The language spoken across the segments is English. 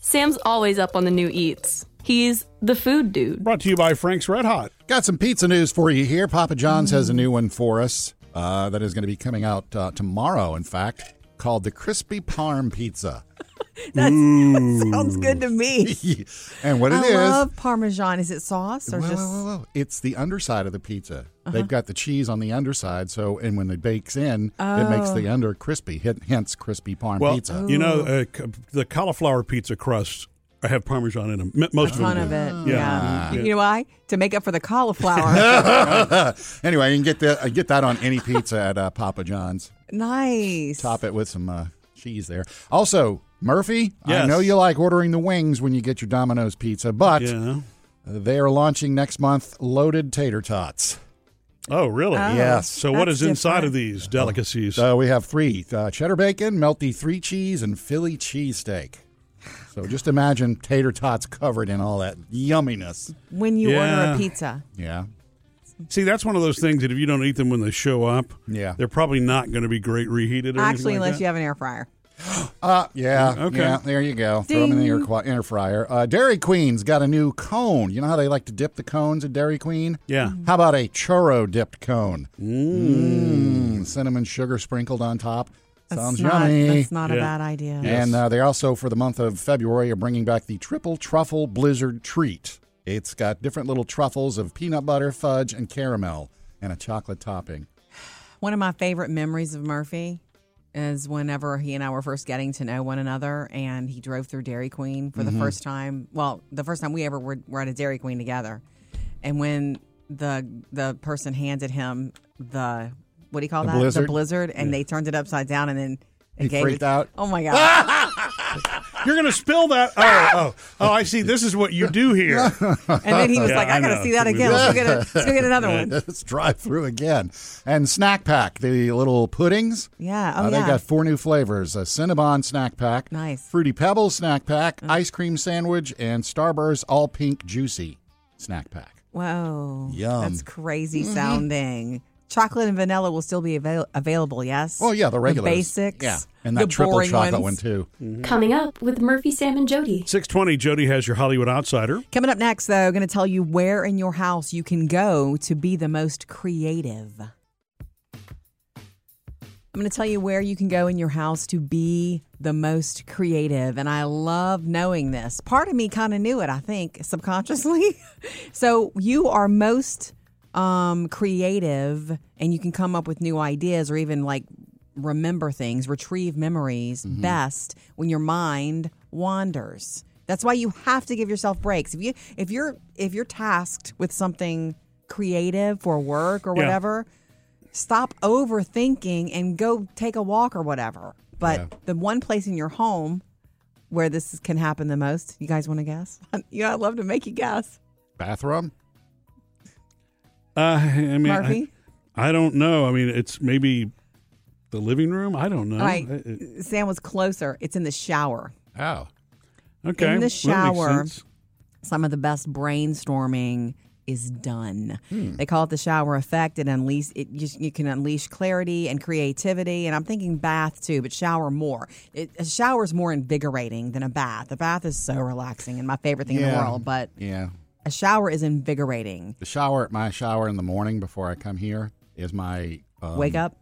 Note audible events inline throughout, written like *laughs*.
Sam's always up on the new eats. He's the food *laughs* dude. Brought to you by Frank's Red Hot. Got some pizza news for you here. Papa John's has a new one for us uh, that is going to be coming out uh, tomorrow, in fact, called the Crispy Parm Pizza. *laughs* That sounds good to me. and what it I is, love Parmesan. Is it sauce or whoa, just? whoa, whoa, whoa. it's the underside of the pizza. Uh-huh. They've got the cheese on the underside, so and when it bakes in, it makes Oh. the under crispy. Hen- Hence, Crispy Parm Well, Pizza. *laughs* *laughs* you know, uh, c- the cauliflower pizza crusts uh, have Parmesan in them. M- Most Ton of of them. it, do. yeah. Yeah. You know why? To make up for *laughs* the cauliflower. anyway, you can get that uh, get that on any pizza at uh, Papa John's. nice. Top it with some uh, cheese there. Also, Murphy, I Yes. know you like ordering the wings when you get your Domino's pizza, but Yeah. they are launching next month loaded tater tots. Oh, really? Yes. So, what That's is inside different. of these delicacies? So we have three uh, cheddar bacon, melty three cheese, and Philly cheesesteak. So just imagine tater tots covered in all that yumminess. When you order Yeah. a pizza, Yeah. See, that's one of those things that if you don't eat them when they show up, Yeah. they're probably not going to be great reheated. Or actually, anything unless like you have an air fryer. Uh, yeah. Mm, Okay. Yeah, there you go. Throw 'em in the air, qui- air fryer. Uh, Dairy Queen's got a new cone. You know how they like to dip the cones at Dairy Queen? Yeah. How about a churro dipped cone? Mm, Cinnamon sugar sprinkled on top. That's Sounds not, yummy. That's not a Yeah. bad idea. Yeah. And uh, they also, for the month of February, are bringing back the Triple Truffle Blizzard Treat. It's got different little truffles of peanut butter, fudge, and caramel, and a chocolate topping. *laughs* One of my favorite memories of Murphy is whenever he and I were first getting to know one another, and he drove through Dairy Queen for Mm-hmm. the first time. Well, the first time we ever were, were at a Dairy Queen together, and when the the person handed him the what do you call The that blizzard? the blizzard, and they turned it upside down, and then He it gave freaked it- out? *laughs* Oh my god! that. You're going to spill that. Oh, oh, oh, I see. This is what you do *laughs* here. and then he was Yeah, like, "I, I gotta know. see that We again. will. Let's go get, a, let's go get another one." Let's drive through again. And Snack Pack, the little puddings. Yeah. Oh Uh, yeah. They got four new flavors: a Cinnabon snack pack, Nice. Mm. Fruity Pebbles snack pack, ice cream sandwich, and Starburst all pink juicy snack pack. Whoa. Yum. Mm-hmm. That's crazy sounding. Chocolate and vanilla will still be avail- available, yes? Oh yeah, the regular basics. yeah, and the that triple boring chocolate ones. one too. Coming up with Murphy, Sam, and Jody. 620, Jody has your Hollywood Outsider. Coming up next, though, going to tell you where in your house you can go to be the most creative. I'm going to tell you where you can go in your house to be the most creative. And I love knowing this. Part of me kind of knew it, I think, subconsciously. *laughs* so you are most um, creative and you can come up with new ideas or even like remember things, retrieve memories best when your mind wanders. That's why you have to give yourself breaks. If you if you're if you're tasked with something creative for work or Yeah. whatever, stop overthinking and go take a walk or whatever. But the one place in your home where this can happen the most, you guys want to guess? *laughs* yeah, I'd love to make you guess. Bathroom. Uh, I mean, Murphy? I, I don't know. I mean, it's maybe the living room. I don't know. All right. I- it- Sam was closer. It's in the shower. Oh, okay. In the That makes shower. sense. some of the best brainstorming is done. Hmm. They call it the shower effect. It unleash it. You, you can unleash clarity and creativity. And I'm thinking bath too, but shower more. It, a shower is more invigorating than a bath. A bath is so relaxing and my favorite thing in the Yeah. world. But yeah. a shower is invigorating. The shower, my shower in the morning before I come here is my um, Wake up.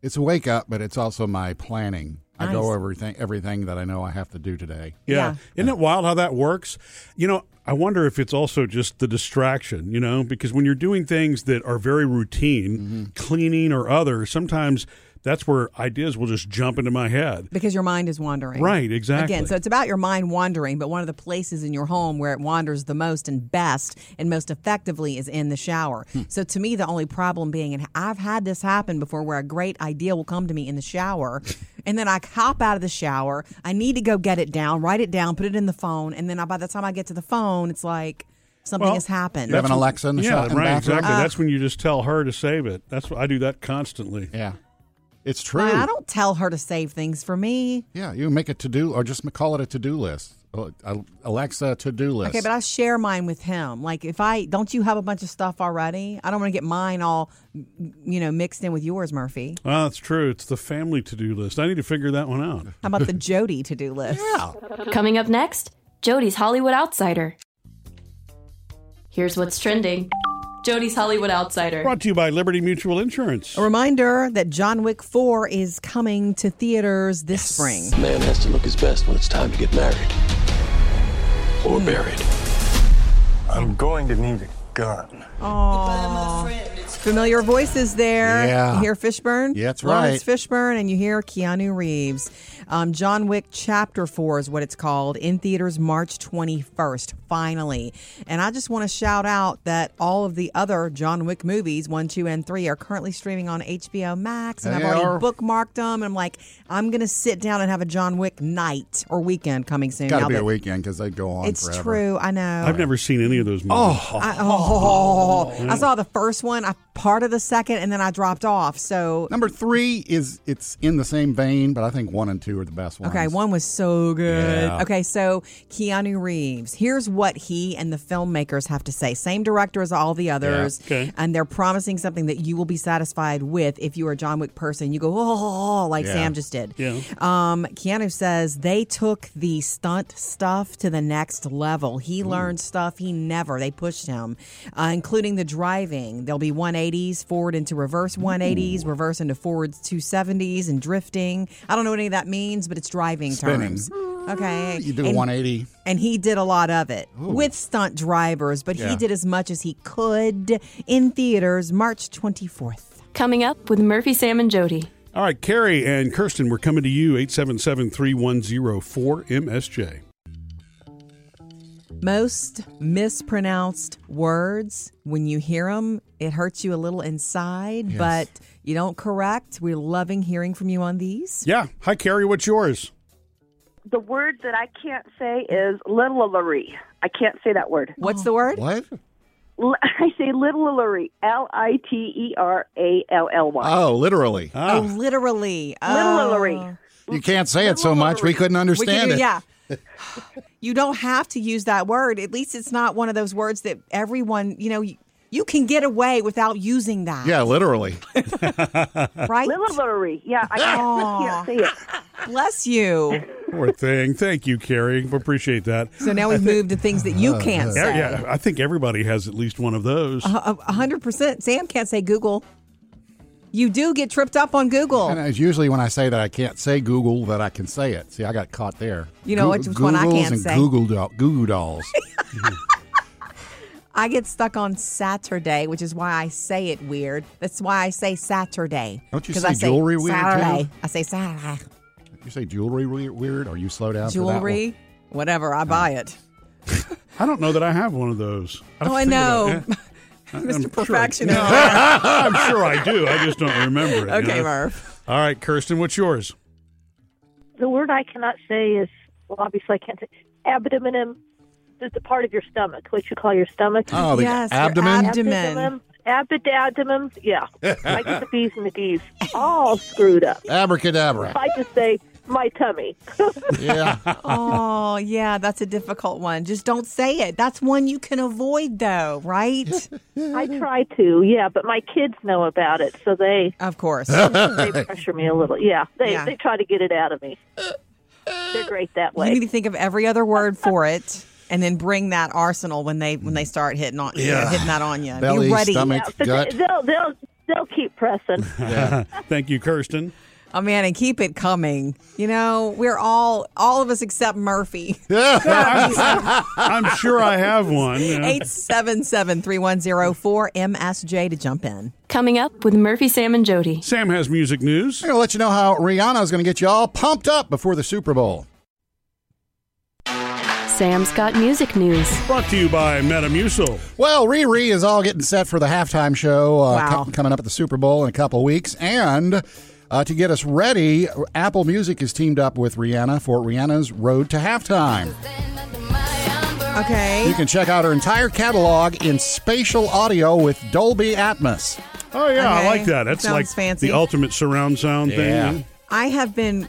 It's a wake up, but it's also my planning. I go over Nice. everything, everything that I know I have to do today. Yeah. Yeah. Isn't it wild how that works? You know, I wonder if it's also just the distraction, you know, because when you're doing things that are very routine, Mm-hmm. cleaning or other, sometimes that's where ideas will just jump into my head. Because your mind is wandering. Right, exactly. Again, so it's about your mind wandering, but one of the places in your home where it wanders the most and best and most effectively is in the shower. Hmm. So to me, the only problem being, and I've had this happen before where a great idea will come to me in *laughs* the shower, and then I hop out of the shower. I need to go get it down, write it down, put it in the phone, and then I, by the time I get to the phone, it's like something Well, has happened. You have an That's- Alexa in the yeah, shop. in the right, bathroom? Ah. exactly. that's when you just tell her to save it. That's what I do that constantly. Yeah, it's true. Why, I don't tell her to save things for me. Yeah, you make a to do or just call it a to do list. Oh, Al- Alexa to do list. Okay, but I share mine with him. Like, if I don't, you have a bunch of stuff already. I don't want to get mine all, you know, mixed in with yours, Murphy. Well, that's true. It's the family to do list. I need to figure that one out. How about the Jody to do list? yeah. Coming up next, Jody's Hollywood Outsider. Here's what's trending Jody's Hollywood Outsider. Brought to you by Liberty Mutual Insurance. A reminder that John Wick 4 is coming to theaters this spring. A man has to look his best when it's time to get married or buried. I'm going to need a gun. Familiar voices there. Yeah. You hear Fishburne? Yeah, that's Lawrence right. Fishburne, and you hear Keanu Reeves. Um, John Wick Chapter 4 is what it's called, in theaters March 21st, finally. And I just want to shout out that all of the other John Wick movies, 1, 2, and 3, are currently streaming on HBO Max, and I've They already are. bookmarked them. And I'm like, I'm going to sit down and have a John Wick night or weekend coming soon. Got to now be that- a weekend because they go on It's forever. true. I know. I've never seen any of those movies. Oh, I, oh, I saw the first one, I part of the second, and then I dropped off. So Number three is it's in the same vein, but I think one and two are the best ones. okay, one was so good. Yeah. Okay, so Keanu Reeves. Here's what he and the filmmakers have to say. Same director as all the others, okay. and they're promising something that you will be satisfied with if you are a John Wick person. You go oh, like Yeah. Sam just did. Yeah. Um, Keanu says they took the stunt stuff to the next level. He learned stuff he never. They pushed him, uh, including the driving. There'll be 180s, forward into reverse 180s, reverse into forward 270s, and drifting. I don't know what any of that means, but it's driving Spinning. terms. Okay. You do And- 180. and he did a lot of it with stunt drivers, but Yeah. he did as much as he could in theaters March 24th. Coming up with Murphy, Sam, and Jody. All right, Carrie and Kirsten, we're coming to you 877 310 4MSJ. Most mispronounced words, when you hear them, it hurts you a little inside, but you don't correct. We're loving hearing from you on these. Yeah. Hi, Carrie. What's yours? The word that I can't say is littlelery. I can't say that word. What's the word? What? *laughs* L- I say littlelery. L I T E R A L L Y. Oh, literally. Oh, Ah, literally. Oh. Littlelery. You can't say it so much we couldn't We can understand do, it. yeah. you don't have to use that word. At least it's not one of those words that everyone, you know, you, you can get away without using that. Yeah, literally. Right? Littlelery. Yeah, I can't, Aw. *laughs* I can't say it. Bless you. Poor thing. Thank you, Carrie. We appreciate that. So now we've moved to things that Oh, you can't Yeah, say. yeah, I think everybody has at least one of those. A- Uh, a hundred percent. Sam can't say Google. You do get tripped up on And uh, Google. it's usually when I say that I can't say Google that I can say it. See, I got caught there. You know Goo- which one I Googles can't and say. Google, doll, Google dolls. *laughs* I get stuck on Saturday, which is why I say it weird. That's why I say Saturday. Don't you 'Cause say I say jewelry weird, too? Saturday. I say Saturday. you say jewelry we- weird, or you slow down for that one? Jewelry, whatever. I buy it. I don't know that I have one of those. I Oh, I know. *laughs* Mr. Perfection. Perfectionist. *laughs* I'm sure I do. I just don't remember it. you Okay, know? Murph. All right, Kirsten, what's yours? the word I cannot say is well, obviously I can't say abdominum. Is the part of your stomach, what you call your stomach? Oh, the Yes, your abdomen. abdomen. Abdominum. *laughs* Abd- abdomen. Yeah, I get the B's and the D's all screwed up. Abracadabra. I just say my tummy. *laughs* yeah. Oh, yeah, that's a difficult one. Just don't say it. That's one you can avoid, though, right? I try to, yeah, but my kids know about it, so they *laughs* of course. they *laughs* pressure me a little. Yeah, they Yeah. they try to get it out of me. They're great that You need way. to think of every other word for it, and then bring that arsenal when they when they start hitting on Yeah. hitting that on you. Belly, Be ready. stomach, But gut. they, they'll they'll they'll keep *laughs* pressing. Thank you, Kirsten. Oh man, and keep it coming. You know, we're all all of us *laughs* except Murphy. I'm sure I have one. you know. *laughs* Eight seven seven three one zero four MSJ to jump in. Coming up with Murphy, Sam, and Jody. Sam has music news. I'm going to let you know how Rihanna's going to get you all pumped up before the Super Bowl. Sam's got music news. Brought to you by Metamucil. Well, Riri is all getting set for the halftime show uh, Wow. co- coming up at the Super Bowl in a couple weeks. And uh, to get us ready, Apple Music is teamed up with Rihanna for Rihanna's Road to Halftime. Okay. You can check out her entire catalog in spatial audio with Dolby Atmos. Oh yeah, I Okay. like that. That's Sounds like fancy. the ultimate surround sound Yeah. thing. I have been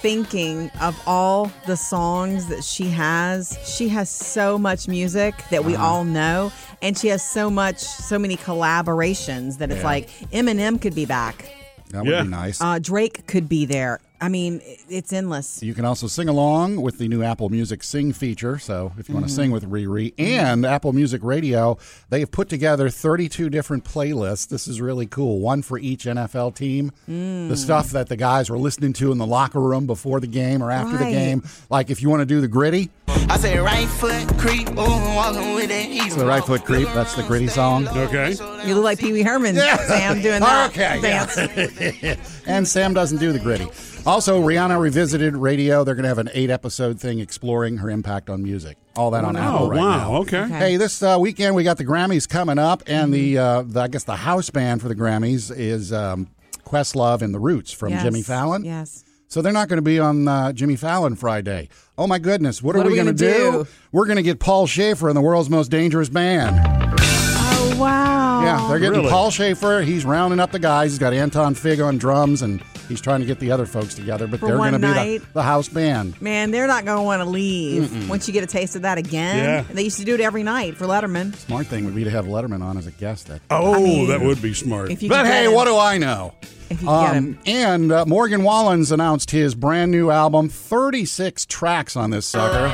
thinking of all the songs that she has. She has so much music that Uh-huh. we all know, and she has so much, so many collaborations that it's like Eminem could be back, That Yeah. would be nice. uh, Drake could be there. I mean, i- it's endless. You can also sing along with the new Apple Music Sing feature. So if Mm-hmm. you want to sing with Riri and Apple Music Radio, they have put together 32 different playlists. This is really cool. One for each NFL team. Mm. The stuff that the guys were listening to in the locker room before the game or after the Right. game. Like if you want to do the gritty, I say right foot creep, ooh, walking with that ease. the right foot creep, that's the gritty song. Okay. You look like Pee Wee Herman, Sam, doing *laughs* that Okay, dance. *laughs* and Sam doesn't do the gritty. Also, Rihanna revisited radio. They're going to have an eight episode thing exploring her impact on music. All that on Oh, Apple right now. wow. Okay. Okay. Hey, this uh, weekend we got the Grammys coming up, and the, Mm-hmm. uh, the I guess the house band for the Grammys is um, Questlove and the Roots from Yes. Jimmy Fallon. Yes. So they're not going to be on uh, Jimmy Fallon Friday. Oh my goodness, what, are we, gonna going to do? do? We're going to get Paul Schaefer in the world's most dangerous band. Oh wow. yeah, they're getting Really? Paul Schaefer. He's rounding up the guys. He's got Anton Fig on drums, and he's trying to get the other folks together. But For they're one going to be night? the, the house band. Man, they're not going to want to leave once you get a taste of that again. Yeah. They used to do it every night for Letterman. Smart thing would be to have Letterman on as a guest. That Oh, mean, that would be smart. If you But could get hey, him. what do I know? If you could get him. and uh, Morgan Wallens announced his brand new album, 36 tracks on this sucker.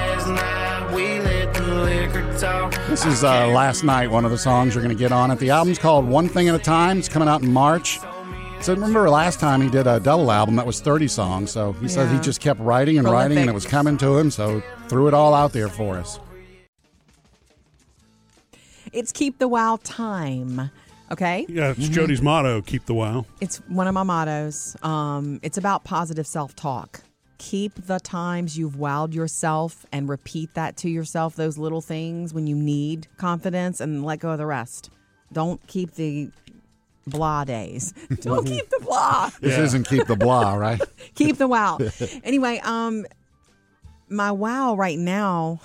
This is uh, Last Night, one of the songs you're going to get on it. The album's called One Thing at a Time. It's coming out in March. So remember last time he did a double album that was 30 songs. So he said he Yeah. just kept writing and writing and Prolific. it was coming to him. So threw it all out there for us. It's keep the wow time. Okay? yeah, it's Jody's motto keep the wow. It's one of my mottos. Um, it's about positive self talk. Keep the times you've wowed yourself and repeat that to yourself, those little things when you need confidence and let go of the rest. Don't keep the blah days. *laughs* Don't keep the blah. This isn't Keep the Blah, right? keep the wow. anyway, um, my wow right now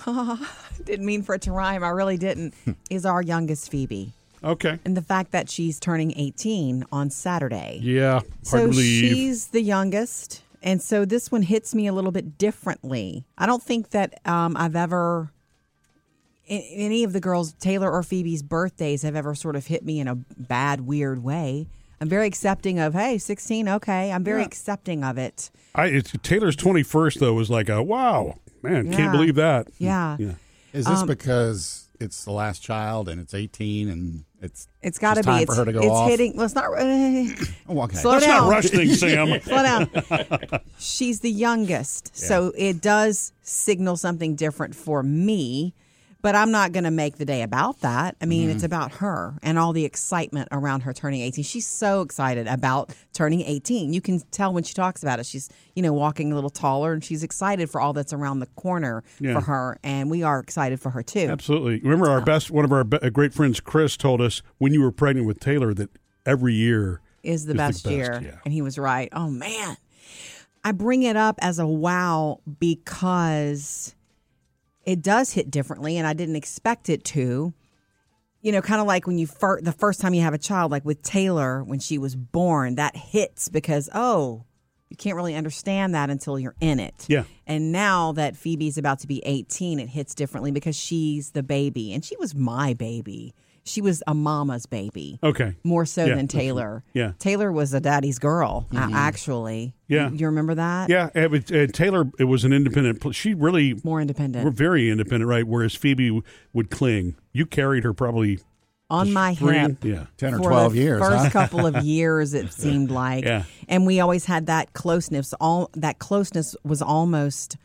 *laughs* didn't mean for it to rhyme. I really didn't. is our youngest Phoebe Okay. and the fact that she's turning 18 on Saturday. Yeah. Hard So to believe. she's the youngest. And so this one hits me a little bit differently. I don't think that um, I've ever, a- any of the girls, Taylor or Phoebe's birthdays, have ever sort of hit me in a bad, weird way. I'm very accepting of, hey, 16, okay. I'm very accepting of it. Mm, I, it's, Taylor's 21st, though, was like a wow. Man, Yeah. can't believe that. Yeah. Yeah. Is Um, this because it's the last child and it's 18 and it's It's got to just be. time it's for her to go it's off? hitting. Let's not. *laughs* *clears throat* Oh, okay. Slow Let's down. not rush things, Sam. *laughs* Slow down. *laughs* She's the youngest, so it does signal something different for me. But I'm not going to make the day about that. I mean, Mm-hmm. it's about her and all the excitement around her turning 18. She's so excited about turning 18. You can tell when she talks about it. She's, you know, walking a little taller and she's excited for all that's around the corner Yeah. for her. And we are excited for her too. Absolutely. Remember our best one of our be- uh, great friends, Chris, told us when you were pregnant with Taylor that every year is the, best, year. yeah. And he was right. Oh, man. I bring it up as a wow because it does hit differently and I didn't expect it to. You know, kind of like when you fir- the first time you have a child, like with Taylor when she was born, that hits because, oh, you can't really understand that until you're in it. Yeah. And now that Phoebe's about to be 18, it hits differently because she's the baby and she was my baby. She was a mama's baby Okay. more so Yeah, than that's right. Taylor. Yeah. Taylor was a daddy's girl, a- actually. Yeah. You, you remember that? Yeah, it was, uh, Taylor it was an independent. Pl- she really More were independent. very independent, right? Whereas Phoebe w- would cling. You carried her probably On my three. hip. Yeah. 10 or for 12 the years. First huh? *laughs* couple of years, it seemed like, Yeah. and we always had that closeness. All that closeness was almost,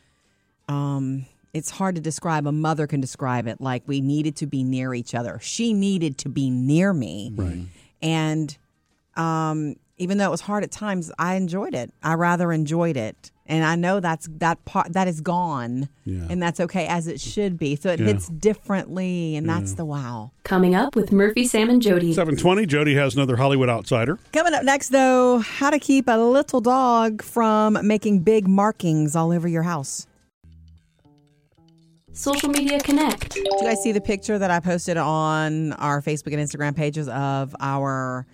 um, it's hard to describe. A mother can describe it. Like we needed to be near each other. She needed to be near me, right? And um, even though it was hard at times, I enjoyed it. I rather enjoyed it. And I know that's that part that is gone, Yeah. and that's okay as it should be. So it Yeah. hits differently, and that's the wow. Coming up with Murphy, Sam, and Jody. Seven twenty. Jody has another Hollywood outsider. Coming up next, though, how to keep a little dog from making big markings all over your house. Social media connect. Did you guys see the picture that I posted on our Facebook and Instagram pages of our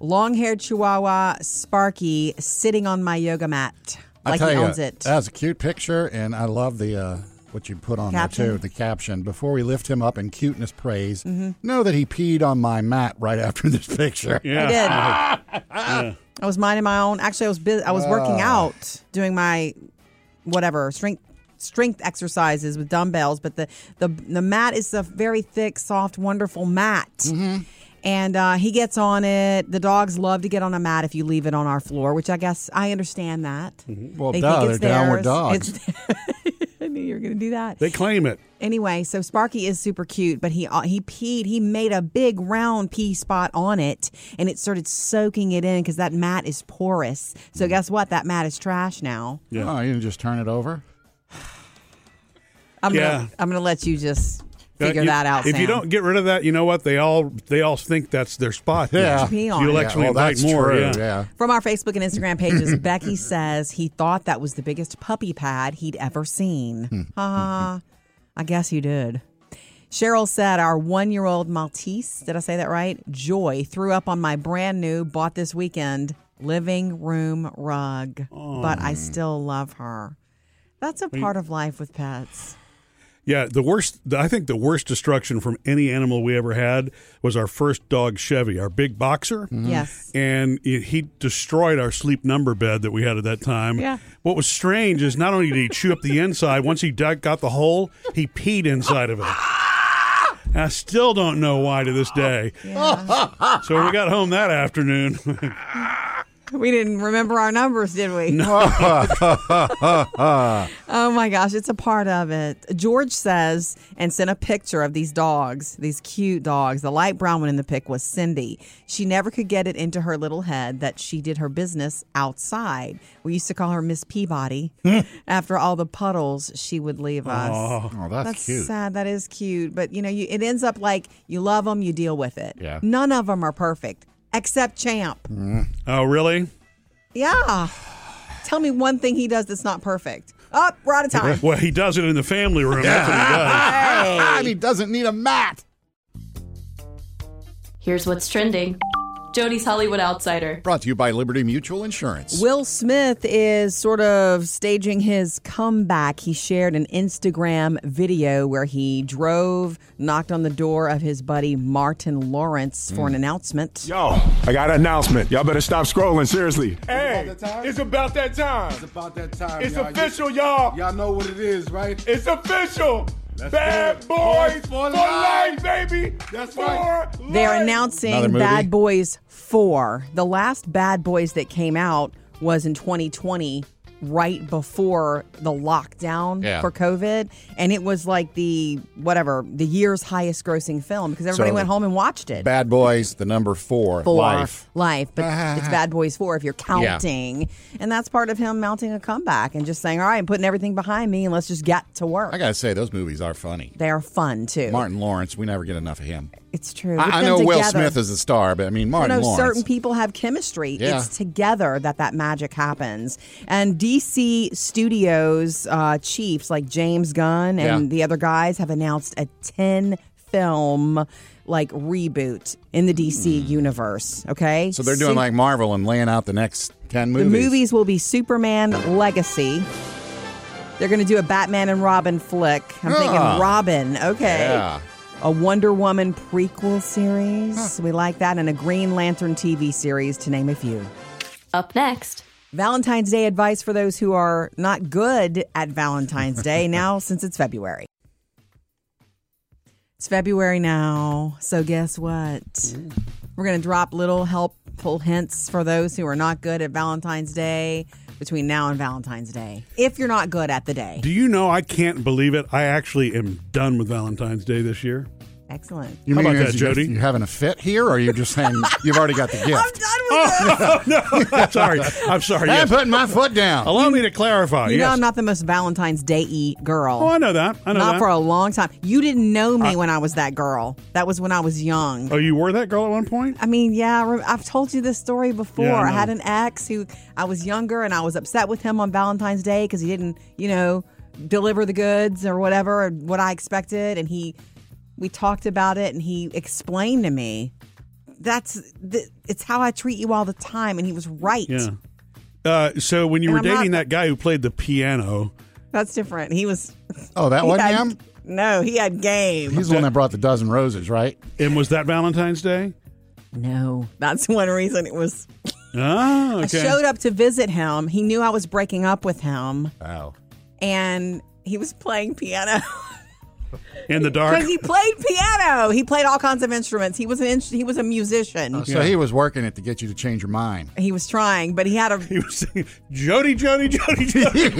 long haired chihuahua, Sparky, sitting on my yoga mat I like tell he you, owns it? That was a cute picture, and I love the uh, what you put on Caption? there too. The caption before we lift him up in cuteness praise. Mm-hmm. *laughs* Know that he peed on my mat right after this picture. I *laughs* Yeah. did. I was minding my own. Actually, I was busy. I was working Ah. out, doing my whatever strength strength exercises with dumbbells. But the the the mat is a very thick, soft, wonderful mat. Mm-hmm. And uh, he gets on it. The dogs love to get on a mat if you leave it on our floor, which I guess I understand that. Mm-hmm. Well, They duh, think they're it's downward theirs. dogs. It's- *laughs* I knew you were going to do that. They claim it. Anyway, so Sparky is super cute, but he uh, he peed. He made a big round pee spot on it, and it started soaking it in because that mat is porous. Mm. So guess what? That mat is trash now. *laughs* Yeah. Oh, you didn't just turn it over? I'm Yeah. gonna I'm gonna let you just figure Uh, you- that out. If you Sam. don't get rid of that, you know what? They all they all think that's their spot. then. Yeah. Pee So on you'll it. actually well, invite that's more. true, yeah. yeah. From our Facebook and Instagram pages, Becky says he thought that was the biggest puppy pad he'd ever seen. Ah, I guess you did. Cheryl said our one year old Maltese, did I say that right? Joy threw up on my brand new, bought this weekend, living room rug. But I still love her. That's a part of life with pets. Yeah, the worst. I think the worst destruction from any animal we ever had was our first dog Chevy, our big boxer. Hmm. Yes. And it- he destroyed our sleep number bed that we had at that time. Yeah. What was strange is not only did he chew up the inside, once he dug, got the hole, he peed inside of it. And I still don't know why to this day. So when we got home that afternoon, *laughs* We didn't remember our numbers, did we? *laughs* oh my gosh, it's a part of it. George says and sent a picture of these dogs, these cute dogs. The light brown one in the pic was Cindy. She never could get it into her little head that she did her business outside. We used to call her Miss *laughs* Peabody after all the puddles she would leave us. Oh, that's, That's cute. sad. That is cute. But you know, you, it ends up like you love them, you deal with it. Yeah. None of them are perfect except Champ. oh really? Yeah. Tell me one thing he does that's not perfect. Up, oh, we're out of time. *laughs* Well, he does it in the family room. That's what he does. *laughs* And he doesn't need a mat. Here's what's trending Jody's Hollywood Outsider. Brought to you by Liberty Mutual Insurance. Will Smith is sort of staging his comeback. He shared an Instagram video where he drove, knocked on the door of his buddy Martin Lawrence for an announcement. Yo, I got an announcement. Y'all better stop scrolling, seriously. Hey, it's about that time. It's, about that time. official, y'all. Y'all know what it is, right? It's official. Let's Bad do it. boys Boys for for life, life. baby. That's for right. life. They're Another announcing movie. Bad Boys 4. The last Bad Boys that came out was in 2020, right before the lockdown Yeah. for COVID. And it was like the, whatever, the year's highest grossing film because everybody So- went home and watched it. Bad Boys, the number four, Four, life. Life. *laughs* But it's Bad Boys 4 if you're counting. And that's part of him mounting a comeback and just saying, all right, I'm putting everything behind me and let's just get to work. I gotta say, those movies are funny. they are fun too. Martin Lawrence, we never get enough of him. It's true. With I, I them know Will together- Smith is the star, but I mean I Martin know Lawrence. certain people have chemistry. Yeah. It's together that that magic happens. And DC Studios uh, chiefs like James Gunn and Yeah. the other guys have announced a 10 film like reboot in the DC universe. Okay. Hmm. so they're doing Su- like Marvel and laying out the next ten the movies. movies will be Superman Legacy. They're going to do a Batman and Robin flick. I'm Ah. thinking Robin. Okay Yeah. a Wonder Woman prequel series. We like that, and a Green Lantern TV series, to name a few. Up next, Valentine's Day advice for those who are not good at *laughs* Valentine's Day now, since it's February. It's February now, so guess what? We're going to drop little helpful hints for those who are not good at Valentine's Day between now and Valentine's Day, if you're not good at the day. Do you know? I can't believe it. I actually am done with Valentine's Day this year. Excellent. You How mean about is that, you- Jody? You having a fit here, or are you just saying *laughs* you've already got the I'm gift? done Oh, with this. I'm *laughs* sorry. I'm sorry. I'm Yes. putting my foot down. Allow me to clarify. You yes. know, I'm not the most Valentine's Day y girl. oh, I know that. I know not that. for a long time. You didn't know me when I was that girl. That was when I was young. oh, you were that girl at one point. I mean, yeah, I rem- I've told you this story before. Yeah, I I, know. had an ex who I was younger and I was upset with him on Valentine's Day because he didn't, you know, deliver the goods or whatever, or what I expected. And he, we talked about it and he explained to me that's, th- it's how I treat you all the time. And he was right. Yeah. Uh, so when you And were I'm not- dating that guy who played the piano, That's different. He was, Oh, that he wasn't had- him. no, he had game. He's the one that brought the dozen roses, right? and was that Valentine's Day? No, that's one reason it was Ah, okay. I showed up to visit him. He knew I was breaking up with him, Wow. and he was playing piano. *laughs* In the dark. Because he played piano. He played all kinds of instruments. He was an in- he was a musician. So he was working it to get you to change your mind. He was trying, but he had a He was singing, Jody, Jody, Jody, *laughs* Jody.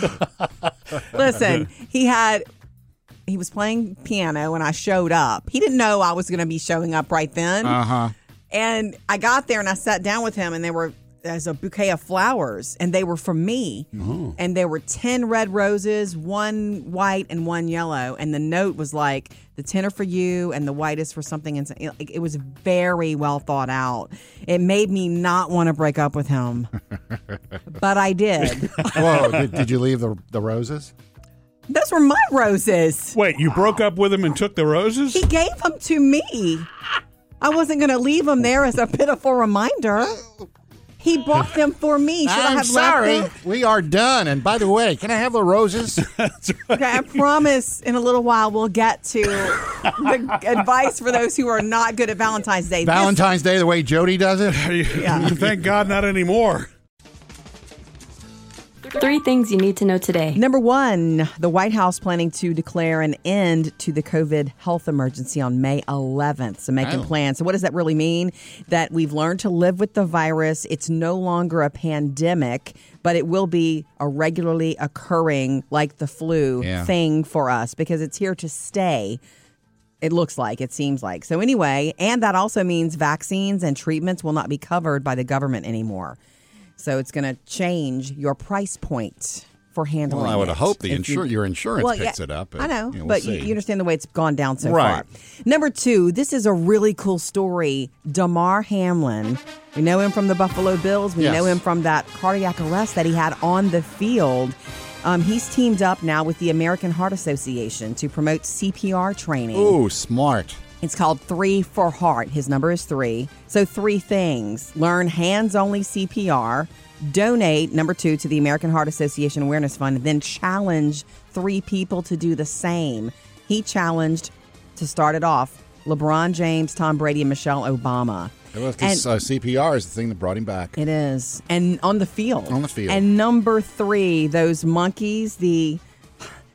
*laughs* listen. He had he was playing piano when I showed up. He didn't know I was going to be showing up right then. Uh huh. And I got there and I sat down with him, and they were there's a bouquet of flowers, and they were from me. And there were ten red roses, one white and one yellow. And the note was like the ten are for you, and the white is for something. And it was very well thought out. It made me not want to break up with him, but I did. *laughs* Whoa, did, did you leave the, the roses? Those were my roses. Wait, you broke up with him and took the roses? He gave them to me. I wasn't going to leave them there as a pitiful reminder. He bought them for me. Should I I'm have sorry. left them? We are done. And by the way, can I have the *laughs* roses? Okay, I promise in a little while we'll get to the advice for those who are not good at Valentine's Day. This- Valentine's Day, the way Jody does *laughs* it. *laughs* Yeah. Thank God, not anymore. Three things you need to know today. Number one, the White House planning to declare an end to the COVID health emergency on May 11th. So making Oh. plans. So what does that really mean? That we've learned to live with the virus. It's no longer a pandemic, but it will be a regularly occurring, like the flu Yeah. thing for us because it's here to stay. It looks like, it seems like. So, anyway, and that also means vaccines and treatments will not be covered by the government anymore. So, it's going to change your price point for handling Well, I would it. hope the If you- insur- your insurance well, picks yeah, it up. I know, you we'll but you, see. you understand the way it's gone down so Right. far. Number two, this is a really cool story. Damar Hamlin, we know him from the Buffalo Bills. We Yes. know him from that cardiac arrest that he had on the field. Um, he's teamed up now with the American Heart Association to promote CPR training. Ooh, smart. It's called Three for Heart. His number is three. So, three things learn hands only CPR, donate, number two, to the American Heart Association Awareness Fund, and then challenge three people to do the same. He challenged, to start it off, LeBron James, Tom Brady, and Michelle Obama. It was 'cause, And- uh, CPR is the thing that brought him back. it is. And on the field. On the field. And number three, those monkeys, the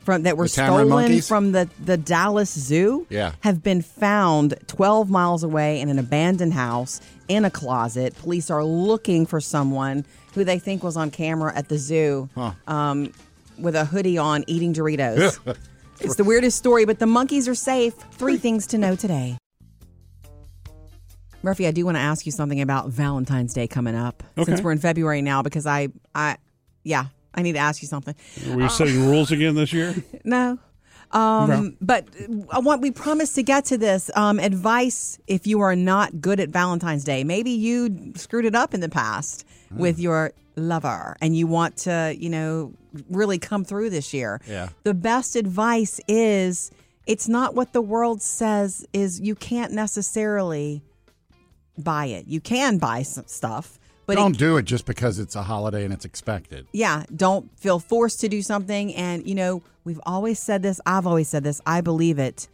from that were The Tamarind stolen monkeys? from the, the Dallas Zoo Yeah. have been found 12 miles away in an abandoned house in a closet. Police are looking for someone who they think was on camera at the zoo um, with a hoodie on eating Doritos. it's the weirdest story, but the monkeys are safe. Three things to know today. Murphy, I do want to ask you something about Valentine's Day coming up since we're in February now because I, I, yeah, I need to ask you something. Are we setting rules again this year? No. Um, but I want, we promised to get to this um, advice if you are not good at Valentine's Day. Maybe you screwed it up in the past Hmm. with your lover and you want to, you know, really come through this year. Yeah. The best advice is it's not what the world says is you can't necessarily buy it. You can buy some stuff, but it Don't do it just because it's a holiday and it's expected. yeah, don't feel forced to do something. And, you know, we've always said this. I've always said this. I believe it.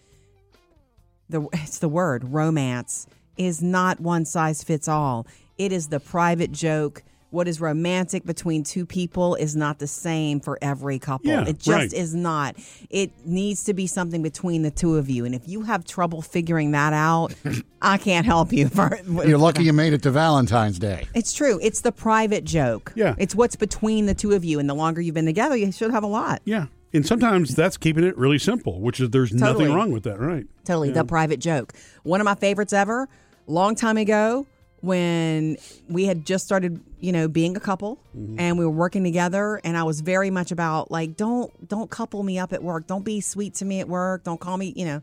The, *laughs* it's the word romance is not one size fits all. It is the private joke. What is romantic between two people is not the same for every couple. Yeah, it just right. is not. It needs to be something between the two of you. And if you have trouble figuring *laughs* that out, I can't help you. For, You're lucky you made it to Valentine's Day. it's true. It's the private joke. Yeah. It's what's between the two of you. And the longer you've been together, you should have a lot. Yeah. And sometimes that's keeping it really simple, which is there's Totally. nothing wrong with that, right? Totally. The private joke. One of my favorites ever, long time ago, when we had just started, you know, being a couple Mm-hmm. and we were working together and I was very much about like, don't don't couple me up at work. Don't be sweet to me at work. Don't call me, you know.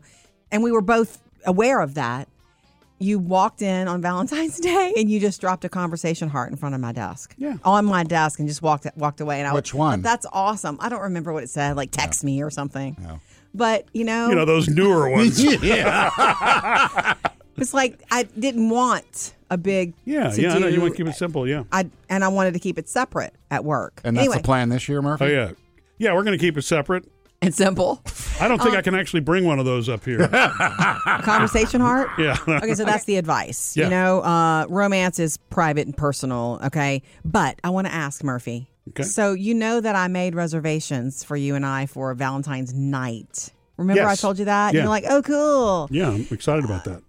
And we were both aware of that. You walked in on *laughs* Valentine's Day and you just dropped a conversation heart in front of my desk. Yeah. On my desk and just walked walked away. And I Which one? That's awesome. I don't remember what it said, like text me or something. But You know, those *laughs* newer ones. yeah. it's like I didn't want a big Yeah, to yeah, I know. do- You want to keep it simple, yeah. I and I wanted to keep it separate at work. And that's anyway, Oh, the plan this year, Murphy? Oh, yeah. Yeah, we're going to keep it separate. *laughs* and simple. I don't think Uh, I can actually bring one of those up here. Conversation heart. Yeah. okay, so *laughs* that's the advice. Yeah. You know, uh, romance is private and personal. Okay, but I want to ask Murphy. Okay. So you know that I made reservations for you and I for Valentine's night. Remember I Yes. told you that? And Yeah. You're like, oh, cool. yeah, I'm excited about that.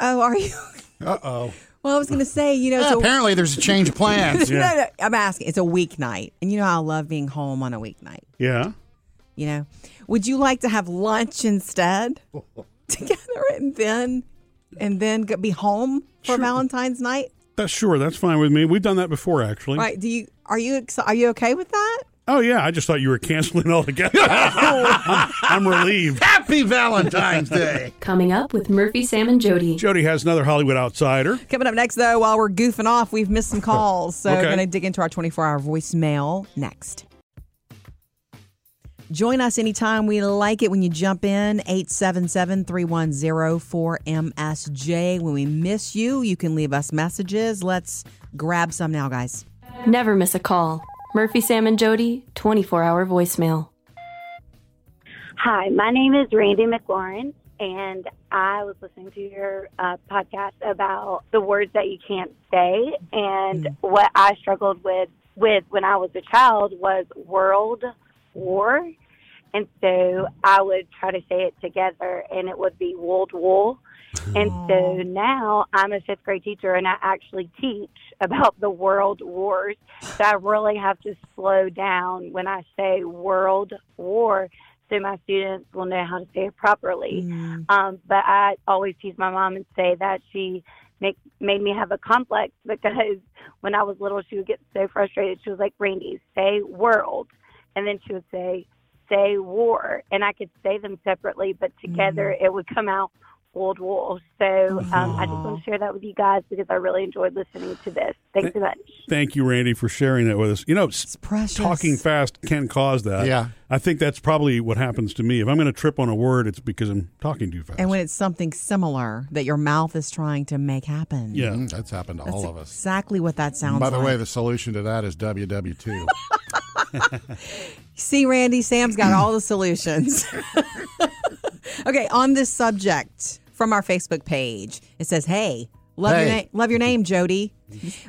Oh, are you? *laughs* Uh oh. Well, I was going to say, you know, so Apparently, there's a change of plans. *laughs* No, no, I'm asking. It's a weeknight, and you know I love being home on a weeknight. Yeah. You know, would you like to have lunch instead together, and then and then go- be home for Valentine's night? That's sure. That's fine with me. We've done that before, actually. Right? Do you are you ex- are you okay with that? Oh yeah, I just thought you were canceling *laughs* altogether. I'm, I'm relieved. *laughs* Happy *laughs* Valentine's Day. Coming up with Murphy, Sam, and Jody. Jody has another Hollywood outsider. Coming up next, though, while we're goofing off, we've missed some calls, so we're Okay. going to dig into our 24-hour voicemail next. Join us anytime we like it when you jump in 877-310-4MSJ. When we miss you, you can leave us messages. Let's grab some now, guys. Never miss a call. Murphy, Sam, and Jody, 24 hour voicemail. Hi, my name is Randy McLaurin, and I was listening to your uh, podcast about the words that you can't say, and Mm. what I struggled with with when I was a child was world war, and so I would try to say it together, and it would be world war. And so now I'm a fifth grade teacher and I actually teach about the world wars. So I really have to slow down when I say world war so my students will know how to say it properly. Um, but I always tease my mom and say that she make, made me have a complex *laughs* because when I was little, she would get so frustrated. She was like, Randy, say world. And then she would say, say war. And I could say them separately, but together it would come out World War. So um, I just want to share that with you guys because I really enjoyed listening to this. Thanks so much. Thank you, Randy, for sharing that with us. You know, s- precious. talking fast can cause that. Yeah. I think that's probably what happens to me. If I'm going to trip on a word, it's because I'm talking too fast. And when it's something similar that your mouth is trying to make happen. yeah. Mm, That's happened to all of us. Exactly what that sounds By the like. way, the solution to that is WW2. See, Randy, Sam's got all the solutions. *laughs* okay, on this subject from our Facebook page, it says, "Hey, love your Hey. name, love your name, Jody.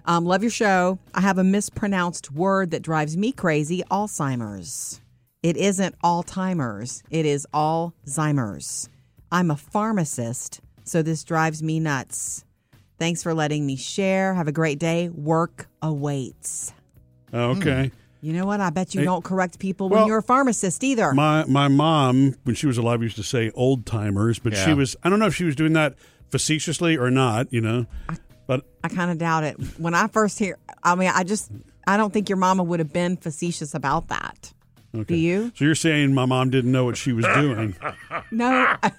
Um, love your show. I have a mispronounced word that drives me crazy: Alzheimer's. It isn't Alzheimer's. It is Alzheimer's. I'm a pharmacist, so this drives me nuts." Thanks for letting me share. Have a great day. Work awaits. Oh, Hmm. Okay. You know what? I bet you Hey. don't correct people Well, when you're a pharmacist either. My my mom, when she was alive, used to say old timers, but she Yeah. was I don't know if she was doing that facetiously or not. You know, but I kind of doubt it. When I first hear, I mean, I just, I don't think your mama would have been facetious about that. Do you? so you're saying my mom didn't know what she was doing? No. *laughs*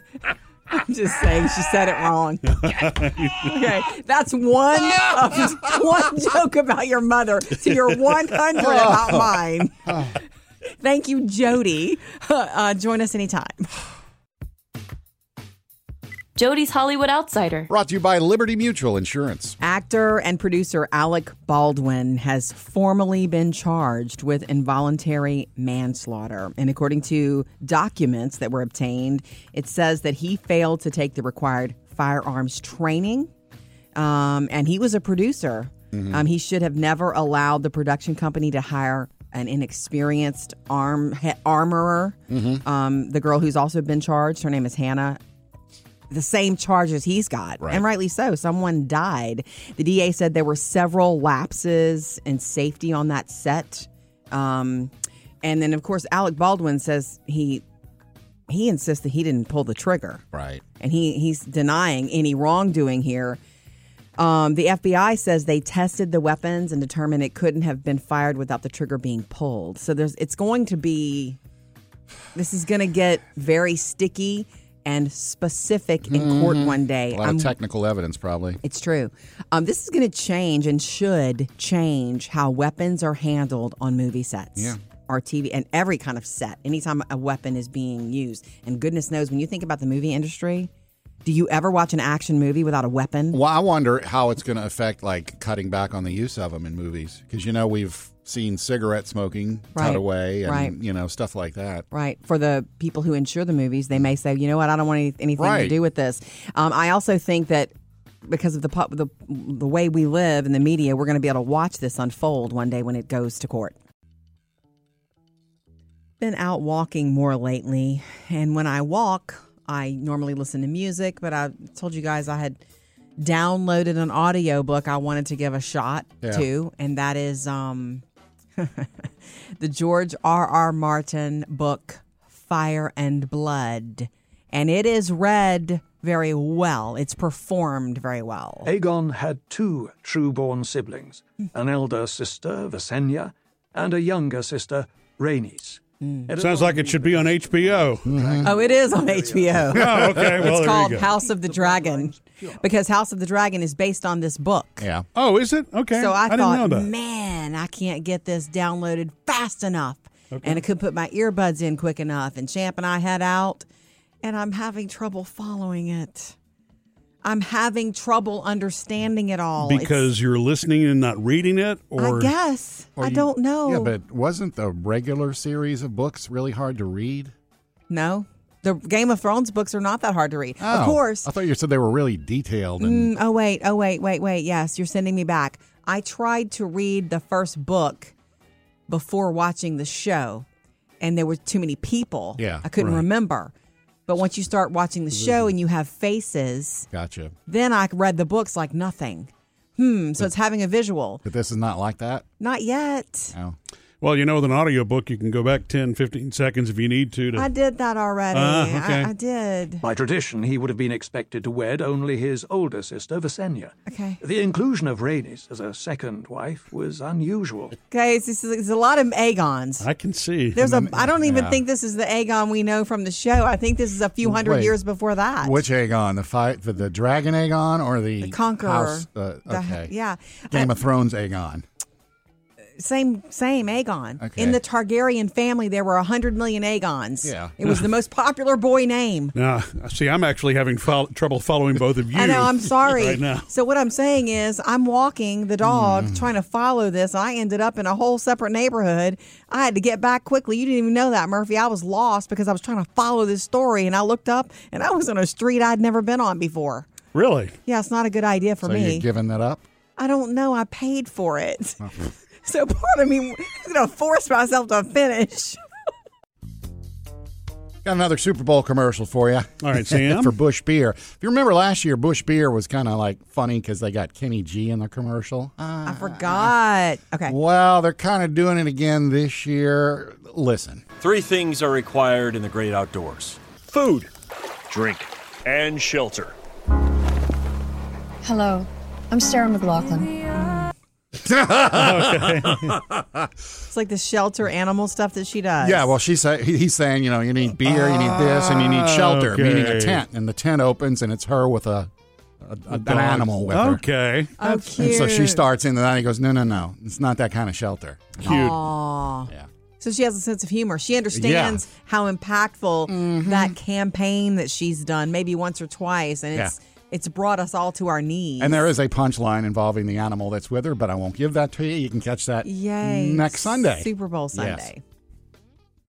I, am just saying she said *laughs* it wrong. okay, that's one of, one joke about your mother to your 100 *laughs* about mine. Oh. Thank you, Jody. *laughs* Uh, join us anytime. Jody's Hollywood Outsider. Brought to you by Liberty Mutual Insurance. Actor and producer Alec Baldwin has formally been charged with involuntary manslaughter. And according to documents that were obtained, it says that he failed to take the required firearms training. Um, and he was a producer. Um, he should have never allowed the production company to hire an inexperienced arm he, armorer. Um, the girl who's also been charged, her name is Hannah the same charges he's got, and rightly so. Someone died. The DA said there were several lapses in safety on that set, um, and then of course Alec Baldwin says he he insists that he didn't pull the trigger, Right. and he he's denying any wrongdoing here. Um, the FBI says they tested the weapons and determined it couldn't have been fired without the trigger being pulled. So there's it's going to be this is going to get very sticky and specific in court one day. Mm-hmm. A lot I'm- of technical evidence, probably. it's true. Um, this is going to change and should change how weapons are handled on movie sets. Yeah. Or TV and every kind of set, anytime a weapon is being used. And goodness knows, when you think about the movie industry, do you ever watch an action movie without a weapon? Well, I wonder how it's going to affect like cutting back on the use of them in movies because you know we've seen cigarette smoking Right. cut away and Right. you know stuff like that. Right. For the people who insure the movies, they may say, you know what, I don't want any, anything to Right. do with this. Um, I also think that because of the, pop, the the way we live in the media, we're going to be able to watch this unfold one day when it goes to court. Been out walking more lately, and when I walk, I normally listen to music, but I told you guys I had downloaded an audiobook I wanted to give a shot Yeah. to, and that is um the George R. R. Martin book Fire and Blood. And it is read very well. It's performed very well. Aegon had two true-born siblings, an elder sister, Visenya, and a younger sister, Rhaenys. It Sounds like it should be on HBO. Oh, it is on *laughs* *laughs* HBO. Oh, okay. Well, there it's you called go. House of the Dragon because House of the Dragon is based on this book. Yeah. Oh, is it? Okay. So I, didn't thought, know that. man, I can't get this downloaded fast enough. Okay. And I could put my earbuds in quick enough. And Champ and I head out, and I'm having trouble following it. I'm having trouble understanding it all. It's- because you're listening and not reading it, or I guess. I don't know. Yeah, but wasn't the regular series of books really hard to read? no. The Game of Thrones books are not that hard to read. Oh, of course. I thought you said they were really detailed and Mm, oh wait, oh wait, wait, wait. Yes, you're sending me back. I tried to read the first book before watching the show, and there were too many people. Yeah, I couldn't right. remember. But once you start watching the show and you have faces, gotcha. then I read the books like nothing. Hmm. So it's having a visual. But this is not like that. Not yet. No. Well, you know, with an audiobook, you can go back 10, 15 seconds if you need to. to I did that Uh, already. Ah, okay. I, I did. By tradition, he would have been expected to wed only his older sister, Visenya. Okay. The inclusion of Rhaenys as a second wife was unusual. Okay. It's, it's, it's a lot of Aegons. I can see. There's a. I don't even Yeah. think this is the Aegon we know from the show. I think this is a few hundred Wait. years before that. Which Aegon? The fight for the Dragon Aegon or the, Conqueror. House, uh, The- okay. yeah. Game of Thrones Aegon. Same, same Aegon. Okay. In the Targaryen family, there were 100 million Aegons. Yeah. It was the most popular boy *laughs* name. Nah, see, I'm actually having fol- trouble following both of you. *laughs* I know, I'm sorry. right now. So, what I'm saying is, I'm walking the dog Mm. trying to follow this. I ended up in a whole separate neighborhood. I had to get back quickly. You didn't even know that, Murphy. I was lost because I was trying to follow this story. And I looked up and I was on a street I'd never been on before. Really? Yeah, it's not a good idea for so me. you're giving that up? I don't know. I paid for it. *laughs* So part of me is going to force myself to finish. Got another Super Bowl commercial for you. All *laughs* right, Sam. for Bush Beer. If you remember last year, Bush Beer was kind of like funny because they got Kenny G in the commercial. I forgot. Okay. Well, they're kind of doing it again this year. Listen, Three things are required in the great outdoors food, drink, and shelter. Hello, I'm Sarah McLaughlin. It's like the shelter animal stuff that she does. yeah. Well, she's sa- he- he's saying you know you need beer, you need this, and you need shelter, Okay. meaning a tent. And the tent opens, and it's her with a, a- a- an dog. animal with her. Okay. Oh, That's- And so she cute. starts in the night. And he goes, no, no, no, it's not that kind of shelter. Aw. So she has a sense of humor. She understands how impactful Mm-hmm. that campaign that she's done, maybe once or twice, and it's it's brought us all to our knees. And there is a punchline involving the animal that's with her, but I won't give that to you. You can catch that Yay. next Sunday. Super Bowl Yes. Sunday.